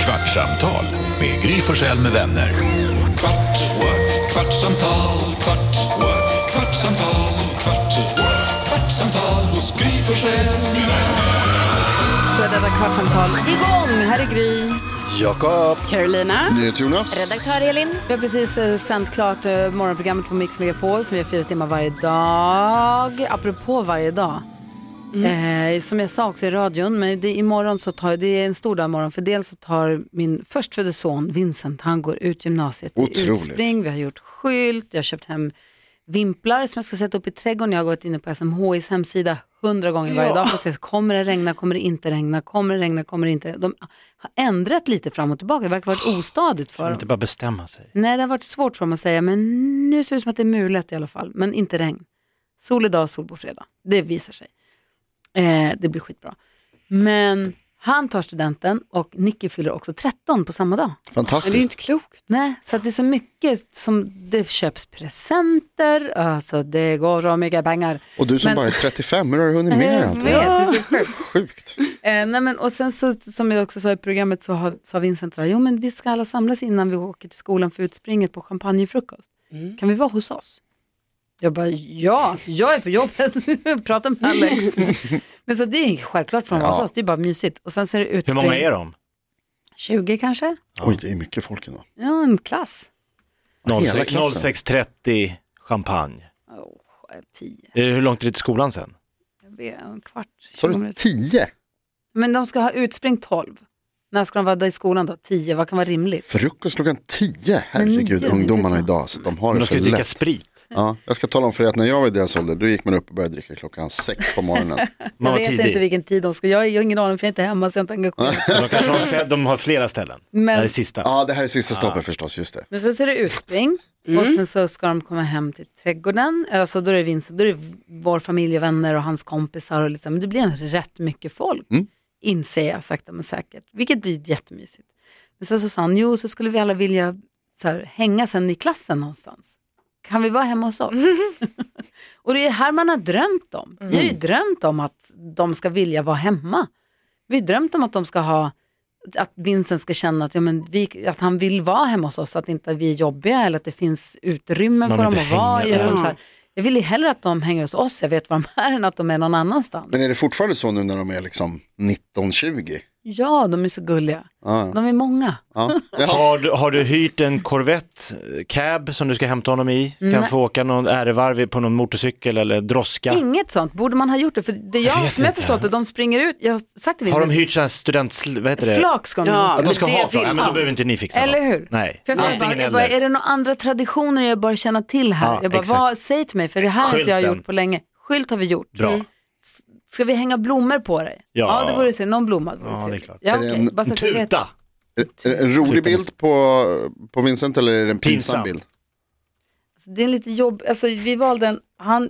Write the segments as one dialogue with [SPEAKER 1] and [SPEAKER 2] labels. [SPEAKER 1] kvartsamtal med Gry Forssell med vänner. Kvart, what? kvartsamtal, kvart, what? kvartsamtal, kvart, what? kvartsamtal hos Gry Forssell med vänner.
[SPEAKER 2] Så är detta kvartsamtal igång. Här är Gry.
[SPEAKER 3] Jakob.
[SPEAKER 2] Carolina.
[SPEAKER 3] Jonas.
[SPEAKER 2] Elin. Vi har precis eh, sänt klart eh, morgonprogrammet på Mix Megapol som vi har fyra timmar varje dag. Apropå varje dag. Eh, som jag sa också i radion, men det, imorgon så tar, det är en stor dag imorgon för dels så tar min förstfödde son Vincent, han går ut gymnasiet i
[SPEAKER 3] Otroligt.
[SPEAKER 2] utspring, vi har gjort skylt, jag har köpt hem vimplar som jag ska sätta upp i trädgården. Jag har gått inne på SMHIs hemsida hundra gånger varje
[SPEAKER 4] Ja.
[SPEAKER 2] dag för att se, kommer det regna, kommer det inte regna, kommer det regna, kommer det inte regna. De har ändrat lite fram och tillbaka, det verkar ha varit ostadigt för
[SPEAKER 5] Man
[SPEAKER 2] dem.
[SPEAKER 5] inte bara bestämma sig.
[SPEAKER 2] Nej, det har varit svårt för dem att säga, men nu ser det ut som att det är mulet i alla fall, men inte regn. Sol idag, sol på fredag. Det visar sig. Eh, det blir skitbra. Men han tar studenten och Nicky fyller också 13 på samma dag.
[SPEAKER 4] Men det är
[SPEAKER 3] Fantastiskt.
[SPEAKER 4] inte klokt.
[SPEAKER 2] Nej, så att det är så mycket som det köps presenter, alltså det går så mycket pengar.
[SPEAKER 3] Och du som
[SPEAKER 2] Men-
[SPEAKER 3] bara är 35, hur har du hunnit med allt det
[SPEAKER 2] vet,
[SPEAKER 3] här?
[SPEAKER 2] det är så sjukt.
[SPEAKER 3] Sjukt.
[SPEAKER 2] Eh, nej men, och sen så, som jag också sa i programmet så har, sa Vincent så här, jo men vi ska alla samlas innan vi åker till skolan för utspringet på champagnefrukost. Kan vi vara hos oss? Jag bara, ja, alltså, jag är på jobbet, prata med Alex. men så det är ju självklart för att vara hos oss, det är bara mysigt. Och sen så är det
[SPEAKER 5] Hur
[SPEAKER 2] utspring,
[SPEAKER 5] många är de?
[SPEAKER 2] 20 kanske?
[SPEAKER 3] Oj, det är mycket folk ändå.
[SPEAKER 2] Ja, en klass.
[SPEAKER 5] 06
[SPEAKER 3] klassen.
[SPEAKER 5] 06.30 champagne.
[SPEAKER 2] Oh, 10,
[SPEAKER 5] Är det hur långt är det till skolan sen?
[SPEAKER 2] jag vet, en kvart,
[SPEAKER 3] Så
[SPEAKER 2] 20
[SPEAKER 3] har du
[SPEAKER 2] minuter.
[SPEAKER 3] 10
[SPEAKER 2] Men de ska ha utspring 12. När ska de vara där i skolan då? 10, vad kan vara rimligt?
[SPEAKER 3] Frukost klockan 10. Herregud,
[SPEAKER 2] nio, typ.
[SPEAKER 3] ungdomarna
[SPEAKER 2] det är bra.
[SPEAKER 3] idag, så de har
[SPEAKER 5] Men
[SPEAKER 3] det
[SPEAKER 5] de
[SPEAKER 3] för
[SPEAKER 5] ska ju dricka
[SPEAKER 3] lätt.
[SPEAKER 5] sprit.
[SPEAKER 3] Ja, jag ska tala om för er att när jag var i deras ålder, då gick man upp och började dricka klockan 6 på morgonen.
[SPEAKER 5] Man
[SPEAKER 2] jag
[SPEAKER 5] var
[SPEAKER 2] vet inte
[SPEAKER 5] tidig.
[SPEAKER 2] vilken tid de ska, jag har jag har ingen aning för jag är inte hemma så jag är inte engagerad.
[SPEAKER 5] Men De, kanske har, fe- de har flera ställen.
[SPEAKER 2] Men-
[SPEAKER 5] Det här är sista.
[SPEAKER 3] Ja, det här är sista stoppet förstås, just det.
[SPEAKER 2] Men sen så är det utspring och sen så ska de komma hem till trädgården. Alltså då är det Vincent, då är det vår familj och vänner och hans kompisar och liksom, det blir en rätt mycket folk. Inser jag sakta men säkert, vilket blir jättemysigt. Men sen så sa han, jo så skulle vi alla vilja så här, hänga sen i klassen någonstans. Kan vi vara hemma hos oss? och det är det här man har drömt om. Vi har ju drömt om att de ska vilja vara hemma. Vi har drömt om att de ska ha att Vincent ska känna att, ja, men vi, att han vill vara hemma hos oss, att inte vi är jobbiga eller att det finns utrymme
[SPEAKER 5] Man
[SPEAKER 2] för
[SPEAKER 5] vill
[SPEAKER 2] dem
[SPEAKER 5] inte
[SPEAKER 2] att vara i.
[SPEAKER 5] hänga
[SPEAKER 2] att de
[SPEAKER 5] där.
[SPEAKER 2] Så här, jag vill ju hellre att de hänger hos oss, jag vet var de är, än att de är någon annanstans.
[SPEAKER 3] Men är det fortfarande så nu när de är liksom 19-20?
[SPEAKER 2] Ja, de är så gulliga.
[SPEAKER 3] Ja,
[SPEAKER 2] De är många.
[SPEAKER 3] ja. ja.
[SPEAKER 5] Har du, har du hyrt en Corvette eh, cab som du ska hämta honom i? Ska han
[SPEAKER 2] Nej.
[SPEAKER 5] få åka någon ärevarv på någon motorcykel eller droska?
[SPEAKER 2] Inget sånt, borde man ha gjort det? För det jag,
[SPEAKER 5] vet
[SPEAKER 2] som jag
[SPEAKER 5] inte.
[SPEAKER 2] förstått det, de springer ut, jag har sagt det
[SPEAKER 5] Har de
[SPEAKER 2] Vincent,
[SPEAKER 5] hyrt sådana här student... Vad heter det?
[SPEAKER 2] flak ska de
[SPEAKER 4] Ja,
[SPEAKER 2] ha.
[SPEAKER 5] Att de ska
[SPEAKER 4] Men det
[SPEAKER 5] ha flak? Ja,
[SPEAKER 4] vill
[SPEAKER 5] men då
[SPEAKER 4] man.
[SPEAKER 5] behöver inte ni fixa
[SPEAKER 2] Eller
[SPEAKER 5] något.
[SPEAKER 2] hur?
[SPEAKER 5] Nej,
[SPEAKER 2] För jag, frågade bara,
[SPEAKER 5] antingen
[SPEAKER 2] jag bara,
[SPEAKER 5] eller.
[SPEAKER 2] är det några andra traditioner jag bör känna till här?
[SPEAKER 5] Ja,
[SPEAKER 2] jag bara,
[SPEAKER 5] exakt.
[SPEAKER 2] vad, säg till mig, för det här har inte jag
[SPEAKER 5] Skylten.
[SPEAKER 2] gjort på länge. Skylt har vi gjort. Mm.
[SPEAKER 5] Bra.
[SPEAKER 2] Ska vi hänga blommor på dig?
[SPEAKER 5] Ja.
[SPEAKER 2] det vore trevligt. Någon blomma vore
[SPEAKER 5] Ja, det är
[SPEAKER 2] trevligt.
[SPEAKER 5] klart.
[SPEAKER 2] Ja,
[SPEAKER 3] Är det
[SPEAKER 2] okej.
[SPEAKER 3] en
[SPEAKER 2] Bara så att jag vet.
[SPEAKER 5] Tuta!
[SPEAKER 3] Är det en rolig bild på, på Vincent eller är det en pinsam,
[SPEAKER 5] Pinsam.
[SPEAKER 3] bild?
[SPEAKER 2] Alltså, det är lite jobb. Alltså, vi valde en, han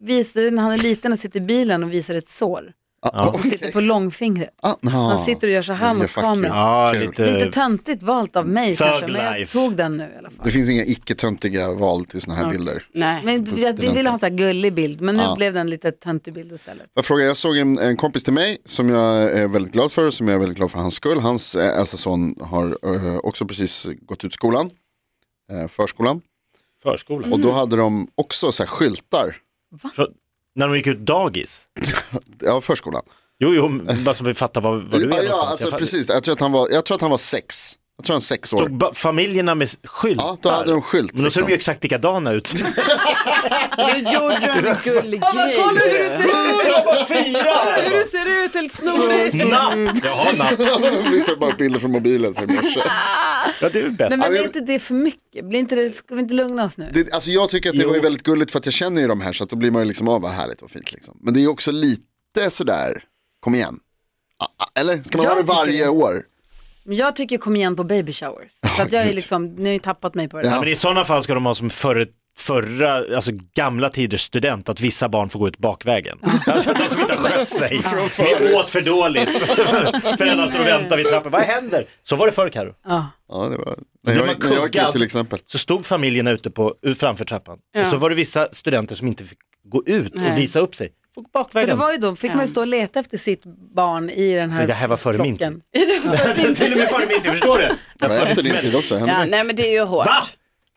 [SPEAKER 2] visade när han är liten och sitter i bilen och visar ett sår.
[SPEAKER 3] Ah,
[SPEAKER 2] Han sitter på långfingret. Han sitter och gör så här
[SPEAKER 3] det är
[SPEAKER 2] mot
[SPEAKER 3] fuck
[SPEAKER 2] kameran.
[SPEAKER 3] you.
[SPEAKER 5] Ja,
[SPEAKER 3] Kul.
[SPEAKER 5] lite...
[SPEAKER 2] Lite töntigt valt av mig
[SPEAKER 5] Eh, Thug
[SPEAKER 2] kanske, men jag
[SPEAKER 5] life.
[SPEAKER 2] tog den nu i alla fall.
[SPEAKER 3] Det finns inga icke-töntiga val till sådana här bilder.
[SPEAKER 4] Nej.
[SPEAKER 2] Men vi, vi ville ha en sån här gullig bild, men nu
[SPEAKER 3] Ja.
[SPEAKER 2] blev den lite töntig bild istället.
[SPEAKER 3] Jag, frågar, jag såg en, en kompis till mig som jag är väldigt glad för, som jag är väldigt glad för hans skull. Hans eh, äldsta son har eh, också precis gått ut skolan, eh, förskolan.
[SPEAKER 5] Förskolan.
[SPEAKER 2] Mm.
[SPEAKER 3] Och då hade de också så här skyltar,
[SPEAKER 5] Frå- När de gick ut dagis?
[SPEAKER 3] ja förskolan.
[SPEAKER 5] Jo, jo, men bara så vi fattar vad, vad du
[SPEAKER 3] ja,
[SPEAKER 5] är
[SPEAKER 3] ja,
[SPEAKER 5] någonstans.
[SPEAKER 3] alltså,
[SPEAKER 5] Jag fa-
[SPEAKER 3] precis. Jag tror, att han var, jag tror att han var sex, jag tror han var sex år.
[SPEAKER 5] Stod ba- familjerna med s- skyltar?
[SPEAKER 3] Ja, då hade de skylt.
[SPEAKER 5] Men då ser de ju
[SPEAKER 3] liksom.
[SPEAKER 5] exakt likadana ut.
[SPEAKER 4] Nu gjorde du en gullig grej.
[SPEAKER 2] du ser ut!
[SPEAKER 5] De var fyra!
[SPEAKER 2] Hur du ser ut, helt snorig!
[SPEAKER 5] Napp! Jaha, napp.
[SPEAKER 3] Vi såg bara bilder från mobilen så här i morse.
[SPEAKER 5] Ja, det är väl bättre.
[SPEAKER 2] Nej men
[SPEAKER 3] Ja,
[SPEAKER 2] är
[SPEAKER 3] jag-
[SPEAKER 2] inte det för mycket? Blir inte det, ska vi inte lugna oss nu?
[SPEAKER 3] Det, alltså jag tycker att det
[SPEAKER 5] Jo.
[SPEAKER 3] var ju väldigt gulligt för att jag känner ju de här så att då blir man ju liksom, ah, vad härligt och fint liksom. Men det är ju också lite sådär, kom igen. Ah, ah, Eller? Ska man
[SPEAKER 2] Jag
[SPEAKER 3] ha det
[SPEAKER 2] tycker
[SPEAKER 3] varje
[SPEAKER 2] det.
[SPEAKER 3] år?
[SPEAKER 2] Men jag tycker kom igen på baby showers. Så att jag är
[SPEAKER 3] gud.
[SPEAKER 2] liksom, ni har ju tappat mig på det.
[SPEAKER 5] Ja, men i sådana fall ska de ha som förr, förra, alltså gamla tiders student, att vissa barn får gå ut bakvägen. Alltså de som inte har skött sig. Vi åt för dåligt. Föräldrarna står och väntar vid trappan. Vad händer? Så var det förr Karo.
[SPEAKER 3] Ja, det var... När
[SPEAKER 5] När
[SPEAKER 3] jag,
[SPEAKER 5] man
[SPEAKER 3] när jag gick ut
[SPEAKER 5] kuggad-
[SPEAKER 3] till exempel.
[SPEAKER 5] Så stod familjerna ute på, ut framför trappan. Och så var det vissa studenter som inte fick gå ut och visa upp sig. på
[SPEAKER 2] För det
[SPEAKER 5] bakvägen.
[SPEAKER 2] var ju då, fick man ju stå och leta efter sitt barn i den
[SPEAKER 5] Så
[SPEAKER 2] här
[SPEAKER 5] det här var före min
[SPEAKER 2] flocken.
[SPEAKER 5] Till och med före min tid, förstår du?
[SPEAKER 3] Det var efter din tid också. hände
[SPEAKER 4] Ja,
[SPEAKER 3] det?
[SPEAKER 4] nej men det är ju hårt.
[SPEAKER 5] Va?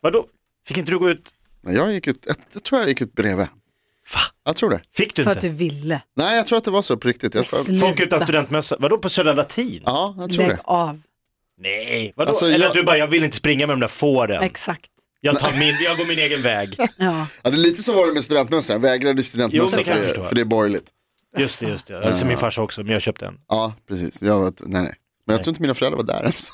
[SPEAKER 5] Vadå? Fick inte du gå ut?
[SPEAKER 3] Nej, jag, gick ut, jag, jag tror jag gick ut bredvid. Jag tror det.
[SPEAKER 5] Fick du
[SPEAKER 2] För att
[SPEAKER 5] inte?
[SPEAKER 2] du ville.
[SPEAKER 3] Nej, jag tror att det var så på riktigt. Jag tror,
[SPEAKER 5] Folk utan
[SPEAKER 2] Sluta.
[SPEAKER 5] studentmössa, vadå på Södra Latin?
[SPEAKER 3] ja, jag tror
[SPEAKER 2] Lägg
[SPEAKER 3] det.
[SPEAKER 2] av.
[SPEAKER 5] Nej, vadå?
[SPEAKER 3] Alltså,
[SPEAKER 5] Eller
[SPEAKER 3] jag-
[SPEAKER 5] att du bara, jag vill inte springa med de där fåren.
[SPEAKER 2] Exakt.
[SPEAKER 5] Jag, tar min, jag går min egen väg.
[SPEAKER 2] Ja.
[SPEAKER 3] Ja, det är lite så var det med studentmössan. Jag vägrade
[SPEAKER 5] Jo, men
[SPEAKER 3] studentmössan
[SPEAKER 5] det kan
[SPEAKER 3] för,
[SPEAKER 5] jag
[SPEAKER 3] det-
[SPEAKER 5] förstå.
[SPEAKER 3] för det är borgerligt.
[SPEAKER 5] Just det, just det. Alltså min farsa också, men jag köpte en.
[SPEAKER 3] Ja, precis. Jag var, ett- nej, nej. Men jag tror inte mina föräldrar var där ens.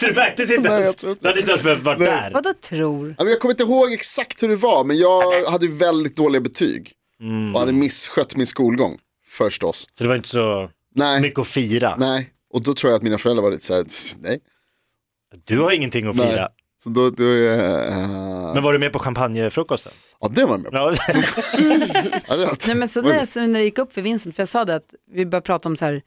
[SPEAKER 5] Så det märktes inte
[SPEAKER 3] Nej,
[SPEAKER 5] ens?
[SPEAKER 3] jag tror inte
[SPEAKER 5] Du hade inte ens behövt vara där.
[SPEAKER 2] Vadå tror?
[SPEAKER 3] Ja, men Jag kommer inte ihåg exakt hur det var, men jag hade väldigt dåliga betyg.
[SPEAKER 5] Mm.
[SPEAKER 3] Och hade misskött min skolgång, förstås.
[SPEAKER 5] Så det var inte så
[SPEAKER 3] Nej,
[SPEAKER 5] mycket att fira.
[SPEAKER 3] nej. Och då tror jag att mina föräldrar var lite så här, nej.
[SPEAKER 5] Du har ingenting att fira.
[SPEAKER 3] nej. Så då, då eh,
[SPEAKER 5] Men var du med på champagnefrukosten?
[SPEAKER 3] ja det var jag med på.
[SPEAKER 5] Ja.
[SPEAKER 3] Ja, det-
[SPEAKER 2] Nej men så när, så när det gick upp för Vincent, för jag sa det att vi började prata om så här,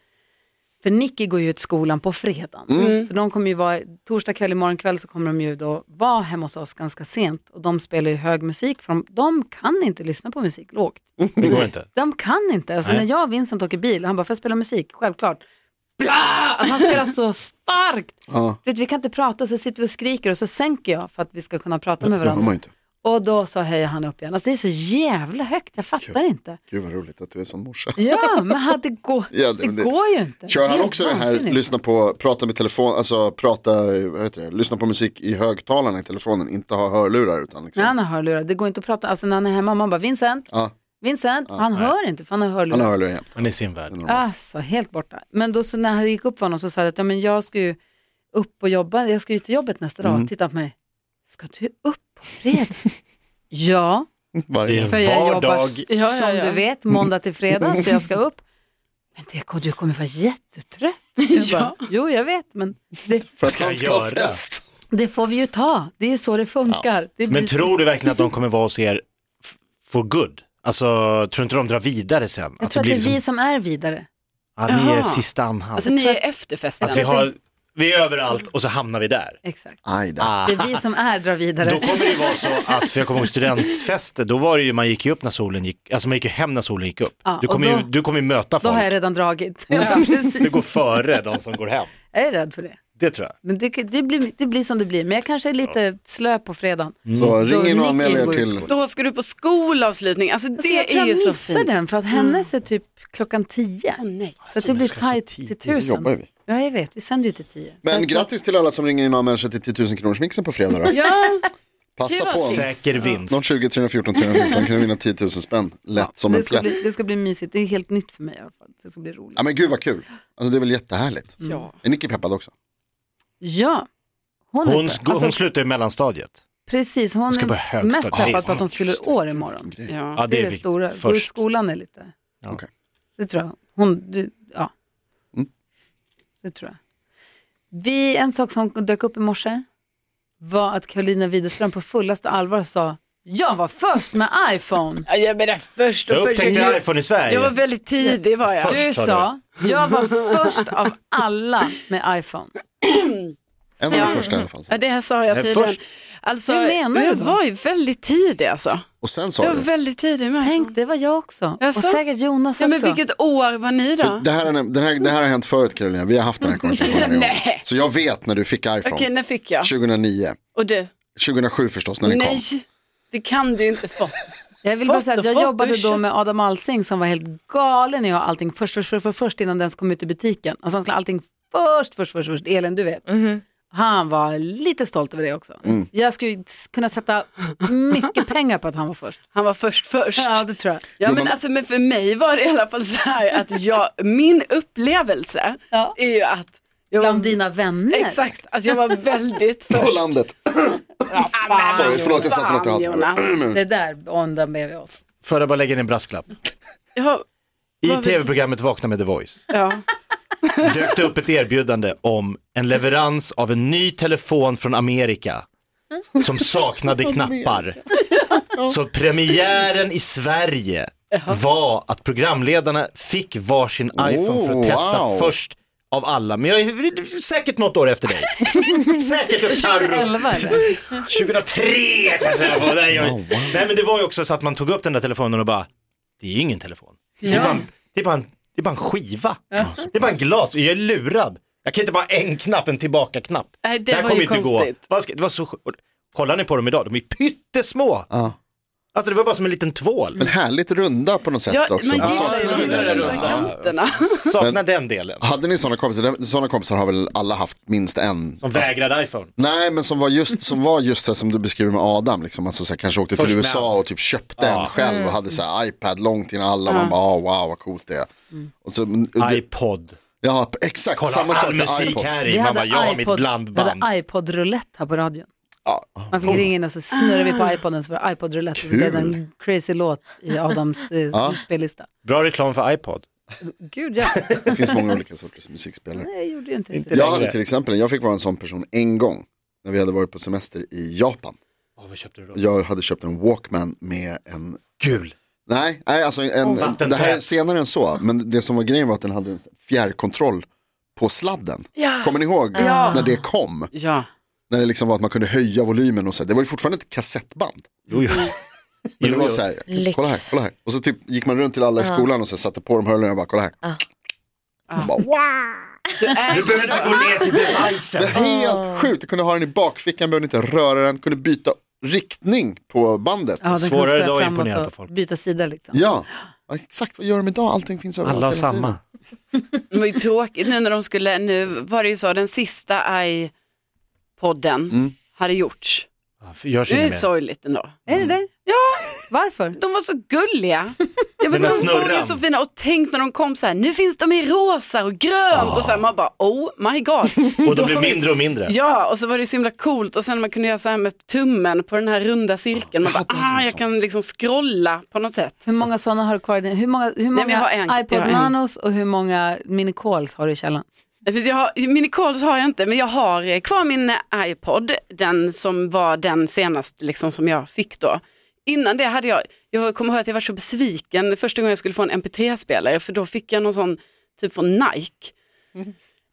[SPEAKER 2] för Nicky går ju ut skolan på fredag. För de kommer ju vara, torsdag kväll, imorgon kväll så kommer de ju då vara hemma hos oss ganska sent. Och de spelar ju hög musik, för de, de kan inte lyssna på musik lågt.
[SPEAKER 5] Det går inte.
[SPEAKER 2] De kan inte. Alltså
[SPEAKER 5] Nej.
[SPEAKER 2] när jag och Vincent åker bil, han bara, får jag spela musik? Självklart. Bla! Alltså han spelar så starkt.
[SPEAKER 3] Ja,
[SPEAKER 2] Du vet, vi kan inte prata, så sitter vi och skriker och så sänker jag för att vi ska kunna prata med
[SPEAKER 3] det har
[SPEAKER 2] varandra.
[SPEAKER 3] man ju inte.
[SPEAKER 2] Och då så höjer han upp igen. Alltså det är så jävla högt, jag fattar inte.
[SPEAKER 3] Gud vad roligt att du är en sån morsa.
[SPEAKER 2] Ja, men han- det går,
[SPEAKER 3] Ja,
[SPEAKER 2] det,
[SPEAKER 3] det- det-
[SPEAKER 2] går ju inte.
[SPEAKER 3] Kör
[SPEAKER 2] Det
[SPEAKER 3] han
[SPEAKER 2] är
[SPEAKER 3] också det här,
[SPEAKER 2] vansinnigt.
[SPEAKER 3] lyssna på, prata med telefon, alltså prata, eh, vad heter det, lyssna på musik i högtalarna i telefonen, inte ha hörlurar utan liksom.
[SPEAKER 2] När han har hörlurar, det går inte att prata. Alltså när han är hemma, man bara Vincent,
[SPEAKER 3] Ja,
[SPEAKER 2] Vincent, han hör inte för han har hörlurar.
[SPEAKER 3] han har hörlurar jämt.
[SPEAKER 5] Han är i sin värld.
[SPEAKER 2] Alltså helt borta. Men då så när han gick upp för honom så sa jag att ja, men jag ska ju upp och jobba, jag ska ju till jobbet nästa dag.
[SPEAKER 3] Mm.
[SPEAKER 2] Titta på mig, ska du upp på fredag? ja,
[SPEAKER 5] Det är en
[SPEAKER 2] för jag
[SPEAKER 5] vardag.
[SPEAKER 2] jobbar
[SPEAKER 4] Ja, ja,
[SPEAKER 2] som
[SPEAKER 4] ja.
[SPEAKER 2] du vet måndag till fredag så jag ska upp. Men det, du kommer vara jättetrött. Jag bara, jo jag vet men det,
[SPEAKER 3] För att
[SPEAKER 5] Ska
[SPEAKER 3] han
[SPEAKER 5] jag
[SPEAKER 3] ska ha
[SPEAKER 5] göra?
[SPEAKER 3] fest.
[SPEAKER 2] det får vi ju ta, det är ju så det funkar. Det
[SPEAKER 5] Men
[SPEAKER 2] blir-
[SPEAKER 5] tror du verkligen att de kommer vara hos er f- for good? Alltså, tror du inte de drar vidare sen?
[SPEAKER 2] jag tror att det är
[SPEAKER 5] liksom-
[SPEAKER 2] vi som är vidare.
[SPEAKER 5] Ja, ni är
[SPEAKER 4] Jaha.
[SPEAKER 5] sista anhalt.
[SPEAKER 4] Alltså ni är efter festen.
[SPEAKER 5] att vi, har, vi är överallt och så hamnar vi där.
[SPEAKER 2] Exakt.
[SPEAKER 3] Aj då.
[SPEAKER 5] Ah.
[SPEAKER 2] Det är vi som är drar vidare.
[SPEAKER 5] Då kommer det ju vara så att, för jag kommer ihåg studentfester, då var det ju, man gick ju upp när solen gick, alltså man gick ju hem när solen gick upp.
[SPEAKER 2] Ja,
[SPEAKER 5] du,
[SPEAKER 2] och
[SPEAKER 5] kommer ju,
[SPEAKER 2] då-
[SPEAKER 5] du kommer ju möta
[SPEAKER 2] Då
[SPEAKER 5] folk.
[SPEAKER 2] har jag redan dragit. Ja, precis.
[SPEAKER 5] Du går före de som går hem.
[SPEAKER 2] Jag är rädd för det.
[SPEAKER 5] Det tror jag.
[SPEAKER 2] Men det, det, blir, det blir som det blir. Men jag kanske är lite slö på fredagen.
[SPEAKER 5] Mm.
[SPEAKER 3] Så ring
[SPEAKER 2] Mm.
[SPEAKER 3] in
[SPEAKER 2] Nicky
[SPEAKER 3] och anmäl er
[SPEAKER 2] går ut
[SPEAKER 3] till,
[SPEAKER 2] skolan.
[SPEAKER 4] Då ska du på skolavslutning. Alltså
[SPEAKER 2] Alltså, jag
[SPEAKER 4] det
[SPEAKER 2] tror
[SPEAKER 4] är
[SPEAKER 2] jag
[SPEAKER 4] ju så
[SPEAKER 2] missar
[SPEAKER 4] fint. Mm.
[SPEAKER 2] den för att hennes är typ klockan tio.
[SPEAKER 4] Nej.
[SPEAKER 2] Så att det blir
[SPEAKER 5] Alltså, ska så
[SPEAKER 2] tajt
[SPEAKER 5] tidigt.
[SPEAKER 2] till
[SPEAKER 3] då
[SPEAKER 2] tusen.
[SPEAKER 3] jobbar vi.
[SPEAKER 2] Ja, jag vet. Vi sänder ju till tio. Så
[SPEAKER 3] Men
[SPEAKER 2] att-
[SPEAKER 3] grattis till alla som ringer in och anmäler sig till 10 000 kronors mixen på fredag då.
[SPEAKER 4] Ja, det
[SPEAKER 3] Passa
[SPEAKER 4] var
[SPEAKER 3] på.
[SPEAKER 4] synd.
[SPEAKER 5] Säker vinst.
[SPEAKER 3] 020 314 314 kan du vinna 10 000 spänn, lätt som
[SPEAKER 2] det
[SPEAKER 3] en
[SPEAKER 2] ska,
[SPEAKER 3] plätt.
[SPEAKER 2] bli, det ska bli mysigt. Det är helt nytt för mig i alla fall. Det ska bli roligt.
[SPEAKER 3] Ja men gud vad kul, alltså det är väl jättehärligt.
[SPEAKER 4] Mm. Ja.
[SPEAKER 3] Är Nicky peppad också?
[SPEAKER 2] Ja. Hon,
[SPEAKER 5] Hon,
[SPEAKER 2] är
[SPEAKER 5] sk-
[SPEAKER 2] pepp.
[SPEAKER 5] hon
[SPEAKER 2] alltså,
[SPEAKER 5] slutar i mellanstadiet.
[SPEAKER 2] Precis, hon
[SPEAKER 5] ska börja
[SPEAKER 2] är
[SPEAKER 5] högstadiet.
[SPEAKER 2] mest
[SPEAKER 5] Ja,
[SPEAKER 2] peppad på att hon
[SPEAKER 3] just
[SPEAKER 2] fyller
[SPEAKER 3] det.
[SPEAKER 2] år imorgon.
[SPEAKER 3] Grej.
[SPEAKER 4] Ja.
[SPEAKER 5] Ja,
[SPEAKER 2] Det är det
[SPEAKER 5] viktigt.
[SPEAKER 2] stora. Då är
[SPEAKER 5] Först.
[SPEAKER 2] skolan är lite...
[SPEAKER 5] Ja.
[SPEAKER 3] Okej.
[SPEAKER 2] Det tror jag. Hon, det, ja.
[SPEAKER 5] Mm.
[SPEAKER 2] Det tror jag. Vi, en sak som dök upp i morse var att Karolina Widerström på fullaste allvar sa jag var först med iPhone.
[SPEAKER 4] Ja, Jag menar först och
[SPEAKER 5] Jag
[SPEAKER 4] först.
[SPEAKER 5] upptäckte
[SPEAKER 4] Jag,
[SPEAKER 5] iPhone i Sverige.
[SPEAKER 4] jag var väldigt tidig var jag.
[SPEAKER 5] Fan.
[SPEAKER 2] Du
[SPEAKER 5] sa du.
[SPEAKER 2] sa jag var först av alla med iPhone.
[SPEAKER 3] En av de första i alla fall.
[SPEAKER 4] Ja, det här sa jag
[SPEAKER 5] Nej,
[SPEAKER 4] tidigare.
[SPEAKER 5] först.
[SPEAKER 4] Alltså,
[SPEAKER 2] Hur menar du
[SPEAKER 4] jag
[SPEAKER 2] då?
[SPEAKER 4] var ju väldigt tidig alltså.
[SPEAKER 3] Och sen
[SPEAKER 4] Jag
[SPEAKER 3] sa
[SPEAKER 4] var
[SPEAKER 3] du,
[SPEAKER 4] väldigt tidig med iPhone.
[SPEAKER 2] Tänk det var jag också.
[SPEAKER 4] Jaså?
[SPEAKER 2] Och säkert Jonas
[SPEAKER 4] Ja, men
[SPEAKER 2] också.
[SPEAKER 4] vilket år var ni då?
[SPEAKER 3] för det, här, är- den här, det här har hänt förut Karolina, vi har haft den här konversationen en gång.
[SPEAKER 4] Nej.
[SPEAKER 3] Så jag vet när du fick iPhone,
[SPEAKER 4] Okej, när fick jag?
[SPEAKER 3] 2009,
[SPEAKER 4] Och du?
[SPEAKER 3] 2007 förstås när den
[SPEAKER 4] Nej,
[SPEAKER 3] kom.
[SPEAKER 4] det kan du inte fått.
[SPEAKER 2] Jag vill bara
[SPEAKER 4] Fått
[SPEAKER 2] säga att
[SPEAKER 4] och
[SPEAKER 2] jag
[SPEAKER 4] fått
[SPEAKER 2] jobbade
[SPEAKER 4] och
[SPEAKER 2] då med Adam Alsing som var helt galen i att ha allting först, först, först, först, först innan den ens kom ut i butiken. Alltså han skulle ha allting först, först, först, först. Elin, du vet. Han var lite stolt över det också.
[SPEAKER 5] Mm.
[SPEAKER 2] Jag skulle kunna sätta mycket pengar på att han var först.
[SPEAKER 4] Han var först först.
[SPEAKER 2] Ja, det tror jag.
[SPEAKER 4] Ja, men, alltså, men för mig var det i alla fall så här att jag, min upplevelse
[SPEAKER 2] Ja.
[SPEAKER 4] är ju att jag
[SPEAKER 2] Bland
[SPEAKER 4] var,
[SPEAKER 2] dina vänner.
[SPEAKER 4] exakt, alltså jag var väldigt
[SPEAKER 3] På
[SPEAKER 4] först.
[SPEAKER 3] landet.
[SPEAKER 4] Fan,
[SPEAKER 3] Sorry, förlåt, jag satte
[SPEAKER 4] fan,
[SPEAKER 3] något i halsen.
[SPEAKER 4] Jonas.
[SPEAKER 2] Det där åndan blev vi oss.
[SPEAKER 5] Får jag bara lägga in en brasklapp?
[SPEAKER 4] Ja,
[SPEAKER 5] I
[SPEAKER 4] Vad vill-
[SPEAKER 5] tv-programmet Vakna med The Voice
[SPEAKER 4] ja.
[SPEAKER 5] dök det upp ett erbjudande om en leverans av en ny telefon från Amerika som saknade knappar. Så premiären i Sverige var att programledarna fick varsin iPhone för
[SPEAKER 3] Oh,
[SPEAKER 5] att testa
[SPEAKER 3] wow.
[SPEAKER 5] först av alla. Men jag är säkert något år efter dig. säkert ett Charro.
[SPEAKER 2] 2011 eller?
[SPEAKER 5] 2003 kanske det var. Nej, jag, nej men det var ju också så att man tog upp den där telefonen och bara det är ju ingen telefon. Det, är bara, en- det, är bara en, det är bara en skiva. Det är bara en glas och jag är lurad. Jag kan inte bara ha en knapp, en tillbaka-knapp.
[SPEAKER 4] Nej, det
[SPEAKER 5] här
[SPEAKER 4] var
[SPEAKER 5] kommer
[SPEAKER 4] ju
[SPEAKER 5] inte
[SPEAKER 4] konstigt.
[SPEAKER 5] gå. Vad ska- Det var så sj- och- Kollar ni på dem idag? De är pyttesmå.
[SPEAKER 3] Ja.
[SPEAKER 5] Alltså det var bara som en liten tvål.
[SPEAKER 3] Men härligt runda på något sätt
[SPEAKER 4] Ja,
[SPEAKER 3] också.
[SPEAKER 4] man
[SPEAKER 3] Man
[SPEAKER 4] gillar ju
[SPEAKER 3] saknar
[SPEAKER 4] de
[SPEAKER 3] den där
[SPEAKER 4] där
[SPEAKER 3] runda.
[SPEAKER 4] runda kanterna.
[SPEAKER 5] Saknar den delen.
[SPEAKER 3] Hade ni sådana kompisar? Den- Sådana kompisar har väl alla haft minst en?
[SPEAKER 5] Som
[SPEAKER 3] Alltså,
[SPEAKER 5] vägrade iPhone.
[SPEAKER 3] Nej, men som var just, som var just det som du beskriver med Adam, liksom. alltså, så här, kanske åkte till
[SPEAKER 5] Först Mm. med.
[SPEAKER 3] USA och typ köpte en själv och hade så här, iPad långt innan alla, man bara oh, wow vad coolt det är. Och så, och det,
[SPEAKER 5] iPod.
[SPEAKER 3] ja, exakt,
[SPEAKER 5] Mm. Kolla
[SPEAKER 3] samma sak
[SPEAKER 5] all
[SPEAKER 3] med
[SPEAKER 5] musik
[SPEAKER 3] iPod.
[SPEAKER 5] här
[SPEAKER 2] Vi
[SPEAKER 5] i. Man
[SPEAKER 2] hade
[SPEAKER 5] bara, jag har mitt
[SPEAKER 2] iPod, vi
[SPEAKER 5] blandband.
[SPEAKER 2] hade iPod-roulette här på radion. Man fick ringa in och så snurrade vi på iPoden så var det iPod-roulette och så blev det en crazy låt i Adams eh, spellista.
[SPEAKER 5] Bra reklam för iPod.
[SPEAKER 2] Gud, jag,
[SPEAKER 3] Det finns många olika sorters musikspelare.
[SPEAKER 2] nej, jag gjorde ju inte
[SPEAKER 5] Inte
[SPEAKER 2] riktigt det.
[SPEAKER 3] Jag
[SPEAKER 5] längre.
[SPEAKER 3] hade till exempel, jag fick vara en sån person en gång när vi hade varit på semester i Japan.
[SPEAKER 5] Åh, vad köpte du då?
[SPEAKER 3] Jag hade köpt en Walkman med en,
[SPEAKER 5] Kul.
[SPEAKER 3] nej, nej alltså en,
[SPEAKER 5] vattentät.
[SPEAKER 3] det här är senare än så, men det som var grejen var att den hade en fjärrkontroll på sladden.
[SPEAKER 4] Ja.
[SPEAKER 3] Kommer ni ihåg
[SPEAKER 4] Ja.
[SPEAKER 3] när det kom?
[SPEAKER 4] Ja.
[SPEAKER 3] När det liksom var att man kunde höja volymen och så. Det var ju fortfarande ett kassettband.
[SPEAKER 5] Jo, jo.
[SPEAKER 3] Men det
[SPEAKER 5] Jo,
[SPEAKER 3] var
[SPEAKER 5] jo.
[SPEAKER 3] så här,
[SPEAKER 6] Lyx.
[SPEAKER 3] kolla här, kolla här. Och så typ gick man runt till alla i skolan och så satte på dem hörlurarna och bara, kolla här. Och Bara, wow.
[SPEAKER 4] Du ägde
[SPEAKER 5] behöver inte gå ner till devicen.
[SPEAKER 3] Helt sjukt, jag kunde ha den i bakfickan, behövde inte röra den, kunde byta riktning på bandet.
[SPEAKER 2] Ja, den kunde
[SPEAKER 5] Svårare
[SPEAKER 2] spela
[SPEAKER 5] idag att
[SPEAKER 2] framåt
[SPEAKER 5] imponera
[SPEAKER 2] och
[SPEAKER 5] på folk.
[SPEAKER 2] Byta sida liksom.
[SPEAKER 3] Ja, Ja, exakt vad gör de idag? Allting finns överallt.
[SPEAKER 5] Alla har
[SPEAKER 3] hela tiden.
[SPEAKER 5] samma.
[SPEAKER 4] Det var ju tråkigt nu när de skulle, nu var det ju så, den sista i-podden
[SPEAKER 3] Mm.
[SPEAKER 4] hade gjorts.
[SPEAKER 5] Ja, för- Görs
[SPEAKER 4] Det är
[SPEAKER 5] inget
[SPEAKER 4] ju
[SPEAKER 5] mer.
[SPEAKER 4] sorgligt ändå.
[SPEAKER 2] Är det det? Ja. Varför?
[SPEAKER 4] De var så gulliga. Ja, men
[SPEAKER 5] där
[SPEAKER 4] de var ju
[SPEAKER 5] snurran.
[SPEAKER 4] så fina och tänk när de kom så här, nu finns de i rosa och grönt och så här, man bara oh my god.
[SPEAKER 5] Och de blir mindre och mindre.
[SPEAKER 4] Ja, och så var det så himla coolt och sen man kunde göra så här med tummen på den här runda cirkeln. Man bara,
[SPEAKER 3] hade en
[SPEAKER 4] ah, jag
[SPEAKER 3] sån."
[SPEAKER 4] kan liksom scrolla på något sätt.
[SPEAKER 2] Hur många sådana har du kvar? i din- Hur många, hur många
[SPEAKER 4] men jag har en. Mm.
[SPEAKER 2] iPod
[SPEAKER 4] Jag har en.
[SPEAKER 2] Nanos och hur många Minicols har du i källaren?
[SPEAKER 4] För att Jag har, min Nicoles har jag inte, men jag har eh, kvar min eh, iPod, den som var den senast liksom, som jag fick då. Innan det hade jag, jag kommer ihåg att jag var så besviken första gången jag skulle få en MP3-spelare, för då fick jag någon sån typ från Nike.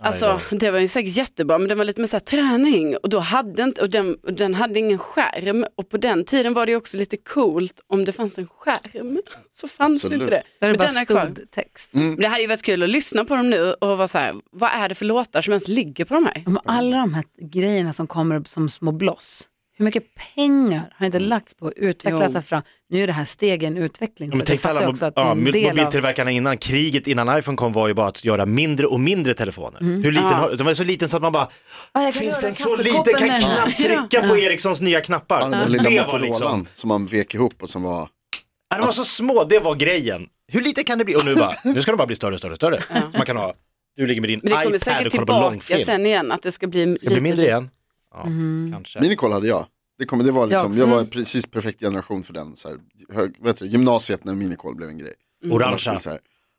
[SPEAKER 4] Alltså det var ju säkert jättebra men den var lite mer så här träning och då hade inte, och den, och den hade ingen skärm och på den tiden var det ju också lite coolt om det fanns en skärm. Så fanns
[SPEAKER 3] Absolut.
[SPEAKER 4] inte det.
[SPEAKER 2] Där det
[SPEAKER 4] Men
[SPEAKER 2] bara
[SPEAKER 4] den är kvar.
[SPEAKER 2] stod text.
[SPEAKER 5] Mm.
[SPEAKER 4] Men Det hade ju varit kul att lyssna på dem nu och vara så här, vad är det för låtar som ens ligger på de här?
[SPEAKER 2] Men alla de här grejerna som kommer upp som små bloss. Hur mycket pengar har
[SPEAKER 5] Mm.
[SPEAKER 2] inte lagts på att utveckla
[SPEAKER 4] Jo.
[SPEAKER 2] sig fram? Nu är det här stegen utveckling.
[SPEAKER 5] Ja,
[SPEAKER 2] så
[SPEAKER 5] men
[SPEAKER 2] det
[SPEAKER 5] tänk
[SPEAKER 2] fattar
[SPEAKER 5] alla
[SPEAKER 2] jag
[SPEAKER 5] mo-
[SPEAKER 2] också att det är
[SPEAKER 5] ja,
[SPEAKER 2] en del av-
[SPEAKER 5] mobiltillverkarna innan, kriget innan iPhone kom var ju bara att göra mindre och mindre telefoner. Hur liten, har- Den var så liten så att man bara,
[SPEAKER 2] Mm. Ja, jag kan
[SPEAKER 5] finns
[SPEAKER 2] röra
[SPEAKER 5] den så
[SPEAKER 2] kaffekoppen
[SPEAKER 5] liten, kan
[SPEAKER 2] med den här."
[SPEAKER 5] knappt trycka på Ericssons nya knappar.
[SPEAKER 3] Ja, den där lilla
[SPEAKER 5] Det var
[SPEAKER 3] Motorolan
[SPEAKER 5] liksom,
[SPEAKER 3] som man vek ihop och som var,
[SPEAKER 5] ja, de var så små, det var grejen. Hur liten kan det bli? Och nu bara, nu ska de bara bli större, större, större. Så man kan ha, du ligger med din
[SPEAKER 4] Men det kommer
[SPEAKER 5] iPad
[SPEAKER 4] säkert
[SPEAKER 5] och kollar på
[SPEAKER 4] tillbaka
[SPEAKER 5] långfilm. Ska
[SPEAKER 4] sen igen att det ska bli
[SPEAKER 5] det bli mindre igen? Ja,
[SPEAKER 2] Mm.
[SPEAKER 5] kanske.
[SPEAKER 3] Minicall hade jag. Det, kom, det var liksom,
[SPEAKER 2] också.
[SPEAKER 3] jag var en precis perfekt generation för den, så här, hög, vad heter det, gymnasiet när Minicall blev en grej.
[SPEAKER 2] Mm.
[SPEAKER 3] Man
[SPEAKER 5] Orangea.
[SPEAKER 3] skulle så här,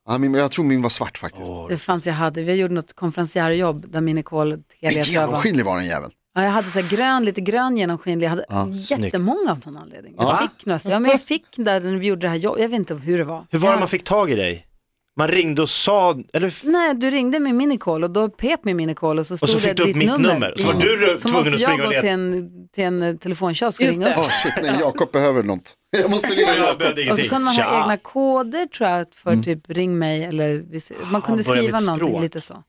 [SPEAKER 3] ja, min, jag tror min var svart faktiskt.
[SPEAKER 5] Mm. Åh,
[SPEAKER 2] Det fanns jag hade. Vi gjorde något konferencierjobb där Minicol Telia tror jag var.
[SPEAKER 3] Genomskinlig var den jäveln.
[SPEAKER 2] Ja, jag hade så här grön, lite grön genomskinlig. Jag hade jättemånga av någon anledning. Jag
[SPEAKER 3] Ja.
[SPEAKER 2] fick några stycken. Ja, men jag fick där när vi gjorde det här jobbet. Jag vet inte hur det var.
[SPEAKER 5] Hur var det man fick tag i dig? Man ringde och sa, eller f-
[SPEAKER 2] Nej, du ringde med Minicall och då pep med Minicall och så stod
[SPEAKER 5] och så
[SPEAKER 2] det
[SPEAKER 5] fick du upp
[SPEAKER 2] ditt
[SPEAKER 5] mitt nummer. Så var du
[SPEAKER 2] Ja.
[SPEAKER 5] tvungen att
[SPEAKER 2] Så måste
[SPEAKER 5] springa
[SPEAKER 2] jag
[SPEAKER 5] och
[SPEAKER 2] gå
[SPEAKER 5] leta.
[SPEAKER 2] till en, till en eh, telefonkiosk och
[SPEAKER 4] Just
[SPEAKER 2] ringa
[SPEAKER 4] det.
[SPEAKER 2] upp.
[SPEAKER 3] Åh shit, nej Jakob behöver något. Jag måste ringa
[SPEAKER 5] Jag
[SPEAKER 3] Jakob.
[SPEAKER 5] behövde
[SPEAKER 2] Och så
[SPEAKER 5] ingenting.
[SPEAKER 2] kunde man ha
[SPEAKER 5] Tja.
[SPEAKER 2] egna koder tror jag för typ ring mig eller vis- man kunde
[SPEAKER 5] började Ah, med
[SPEAKER 2] skriva
[SPEAKER 5] ett
[SPEAKER 2] någonting
[SPEAKER 5] språk.
[SPEAKER 2] lite så.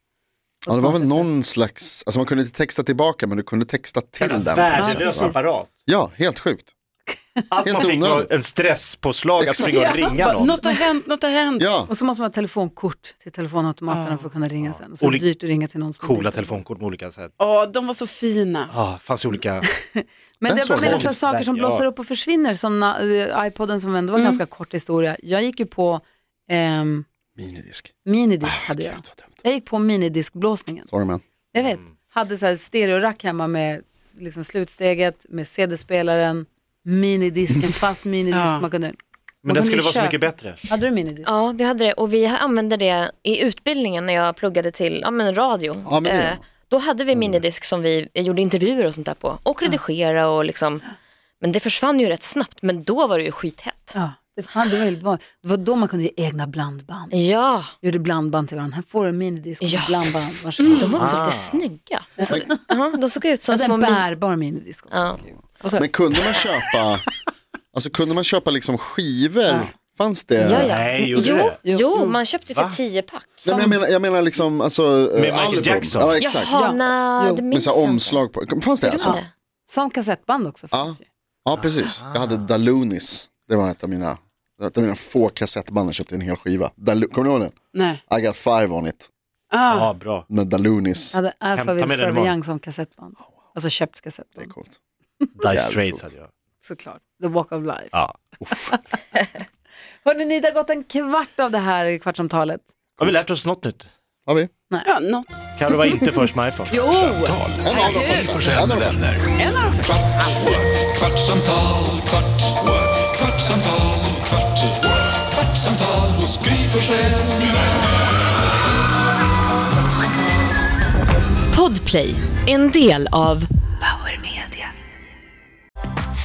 [SPEAKER 3] Ja, det var väl någon slags, alltså man kunde inte texta tillbaka men du kunde texta till den. på något sätt,
[SPEAKER 5] Värdelös
[SPEAKER 3] va?
[SPEAKER 5] apparat.
[SPEAKER 3] Ja, helt sjukt.
[SPEAKER 5] Allt man
[SPEAKER 3] Helt
[SPEAKER 5] fick var
[SPEAKER 3] onödigt.
[SPEAKER 5] en stresspåslag att
[SPEAKER 3] Exakt.
[SPEAKER 5] springa och ringa
[SPEAKER 4] Bara,
[SPEAKER 5] någon.
[SPEAKER 4] Något har hänt, något har hänt.
[SPEAKER 3] Ja,
[SPEAKER 2] Och så måste man ha telefonkort till telefonautomaterna för att kunna ringa sen. Och så är det
[SPEAKER 5] Ah. Olik-
[SPEAKER 2] dyrt att ringa till någons
[SPEAKER 5] Coola
[SPEAKER 2] mobiltelefon.
[SPEAKER 5] telefonkort med olika sätt.
[SPEAKER 4] Åh, de var så fina.
[SPEAKER 5] Ah, fanns ju olika.
[SPEAKER 2] Men
[SPEAKER 3] Den
[SPEAKER 2] det var
[SPEAKER 3] såg jag.
[SPEAKER 2] menar, så här saker som
[SPEAKER 5] Ja.
[SPEAKER 2] blossar upp och försvinner som na- eh, iPoden som ändå var en ganska kort historia. Jag gick ju på ehm,
[SPEAKER 3] minidisk.
[SPEAKER 2] minidisk hade jag. Jag gick på minidiskblåsningen.
[SPEAKER 3] Sorry man.
[SPEAKER 2] Jag vet. Hade så här stereorack hemma med liksom slutsteget, med CD-spelaren, minidisken, fast minidisk.
[SPEAKER 4] Ja.
[SPEAKER 2] Man kunde,
[SPEAKER 5] Men
[SPEAKER 2] kunde
[SPEAKER 5] den skulle
[SPEAKER 2] ju
[SPEAKER 5] vara så
[SPEAKER 2] köpa-
[SPEAKER 5] mycket bättre.
[SPEAKER 2] hade du minidisk?
[SPEAKER 6] Ja, vi hade det och vi använde det i utbildningen när jag pluggade till ja, men radio.
[SPEAKER 3] Ja, men det gör
[SPEAKER 6] Eh, då hade vi minidisk som vi eh, gjorde intervjuer och sånt där på och redigera och liksom. Men det försvann ju rätt snabbt, men då var det ju skithett.
[SPEAKER 2] Ja, det, fan, det var väldigt vanligt. Det var då man kunde ge egna blandband.
[SPEAKER 6] Ja,
[SPEAKER 2] Vi gjorde blandband till varandra. Här får du en minidisk och
[SPEAKER 6] Ja.
[SPEAKER 2] blandband. Varsågod.
[SPEAKER 6] de var också
[SPEAKER 3] Ah.
[SPEAKER 6] lite snygga. Så, ja, de såg ut som
[SPEAKER 2] Det är
[SPEAKER 6] små...
[SPEAKER 2] en
[SPEAKER 6] min-
[SPEAKER 2] bärbar minidisk också.
[SPEAKER 6] Ja.
[SPEAKER 3] Men kunde man köpa, alltså kunde man köpa liksom skivor Fanns det?
[SPEAKER 6] Ja, ja.
[SPEAKER 5] Nej, gjorde
[SPEAKER 6] jo,
[SPEAKER 5] det?
[SPEAKER 6] jo,
[SPEAKER 2] Jo.
[SPEAKER 6] man köpte
[SPEAKER 5] Va?
[SPEAKER 6] typ tio pack.
[SPEAKER 3] Nej, men jag, menar, jag menar liksom alltså, eh,
[SPEAKER 5] Med Michael
[SPEAKER 3] album.
[SPEAKER 5] Jackson.
[SPEAKER 3] Ja exakt.
[SPEAKER 6] Jaha,
[SPEAKER 2] Ja.
[SPEAKER 6] nej,
[SPEAKER 2] Jo.
[SPEAKER 6] det
[SPEAKER 2] Men
[SPEAKER 3] Med
[SPEAKER 6] minns
[SPEAKER 3] så här
[SPEAKER 6] jag inte.
[SPEAKER 3] omslag på. Fanns det Ah. alltså?
[SPEAKER 6] Ja.
[SPEAKER 2] Som kassettband också fanns
[SPEAKER 3] Ja.
[SPEAKER 2] ju.
[SPEAKER 3] Ja precis. Jag hade Dalunis. Det var ett av mina, ett av mina få kassettband jag köpte en hel skiva. Dalu- Kommer ni ihåg
[SPEAKER 4] Nej.
[SPEAKER 3] den? I got five on it.
[SPEAKER 4] Ah.
[SPEAKER 5] Ja, bra.
[SPEAKER 3] Med Dalunis.
[SPEAKER 2] Jag hade
[SPEAKER 5] ta med Oh,
[SPEAKER 2] Alphaville
[SPEAKER 5] den
[SPEAKER 2] Forever
[SPEAKER 5] imorgon.
[SPEAKER 2] Young som kassettband. Alltså köpt
[SPEAKER 3] Det är
[SPEAKER 2] kassettband,
[SPEAKER 3] coolt.
[SPEAKER 5] Dire
[SPEAKER 3] Jävligt
[SPEAKER 5] Straits
[SPEAKER 3] coolt.
[SPEAKER 5] hade jag.
[SPEAKER 2] såklart. The Walk of Life.
[SPEAKER 5] Ja.
[SPEAKER 2] Hörni, ni, det har gått en kvart av det här kvartsamtalet.
[SPEAKER 5] Har vi lärt oss något nytt?
[SPEAKER 3] Har vi?
[SPEAKER 4] Ja, något.
[SPEAKER 5] Carro var inte först med iPhone.
[SPEAKER 2] Jo!
[SPEAKER 1] Tal, Gry Forssell med vänner.
[SPEAKER 4] En av dem
[SPEAKER 1] Kvart, kvartsamtal, kvart, what? kvartsamtal, kvart, what? kvartsamtal hos Gry Forssell med vänner.
[SPEAKER 7] Podplay, en del av Power Media.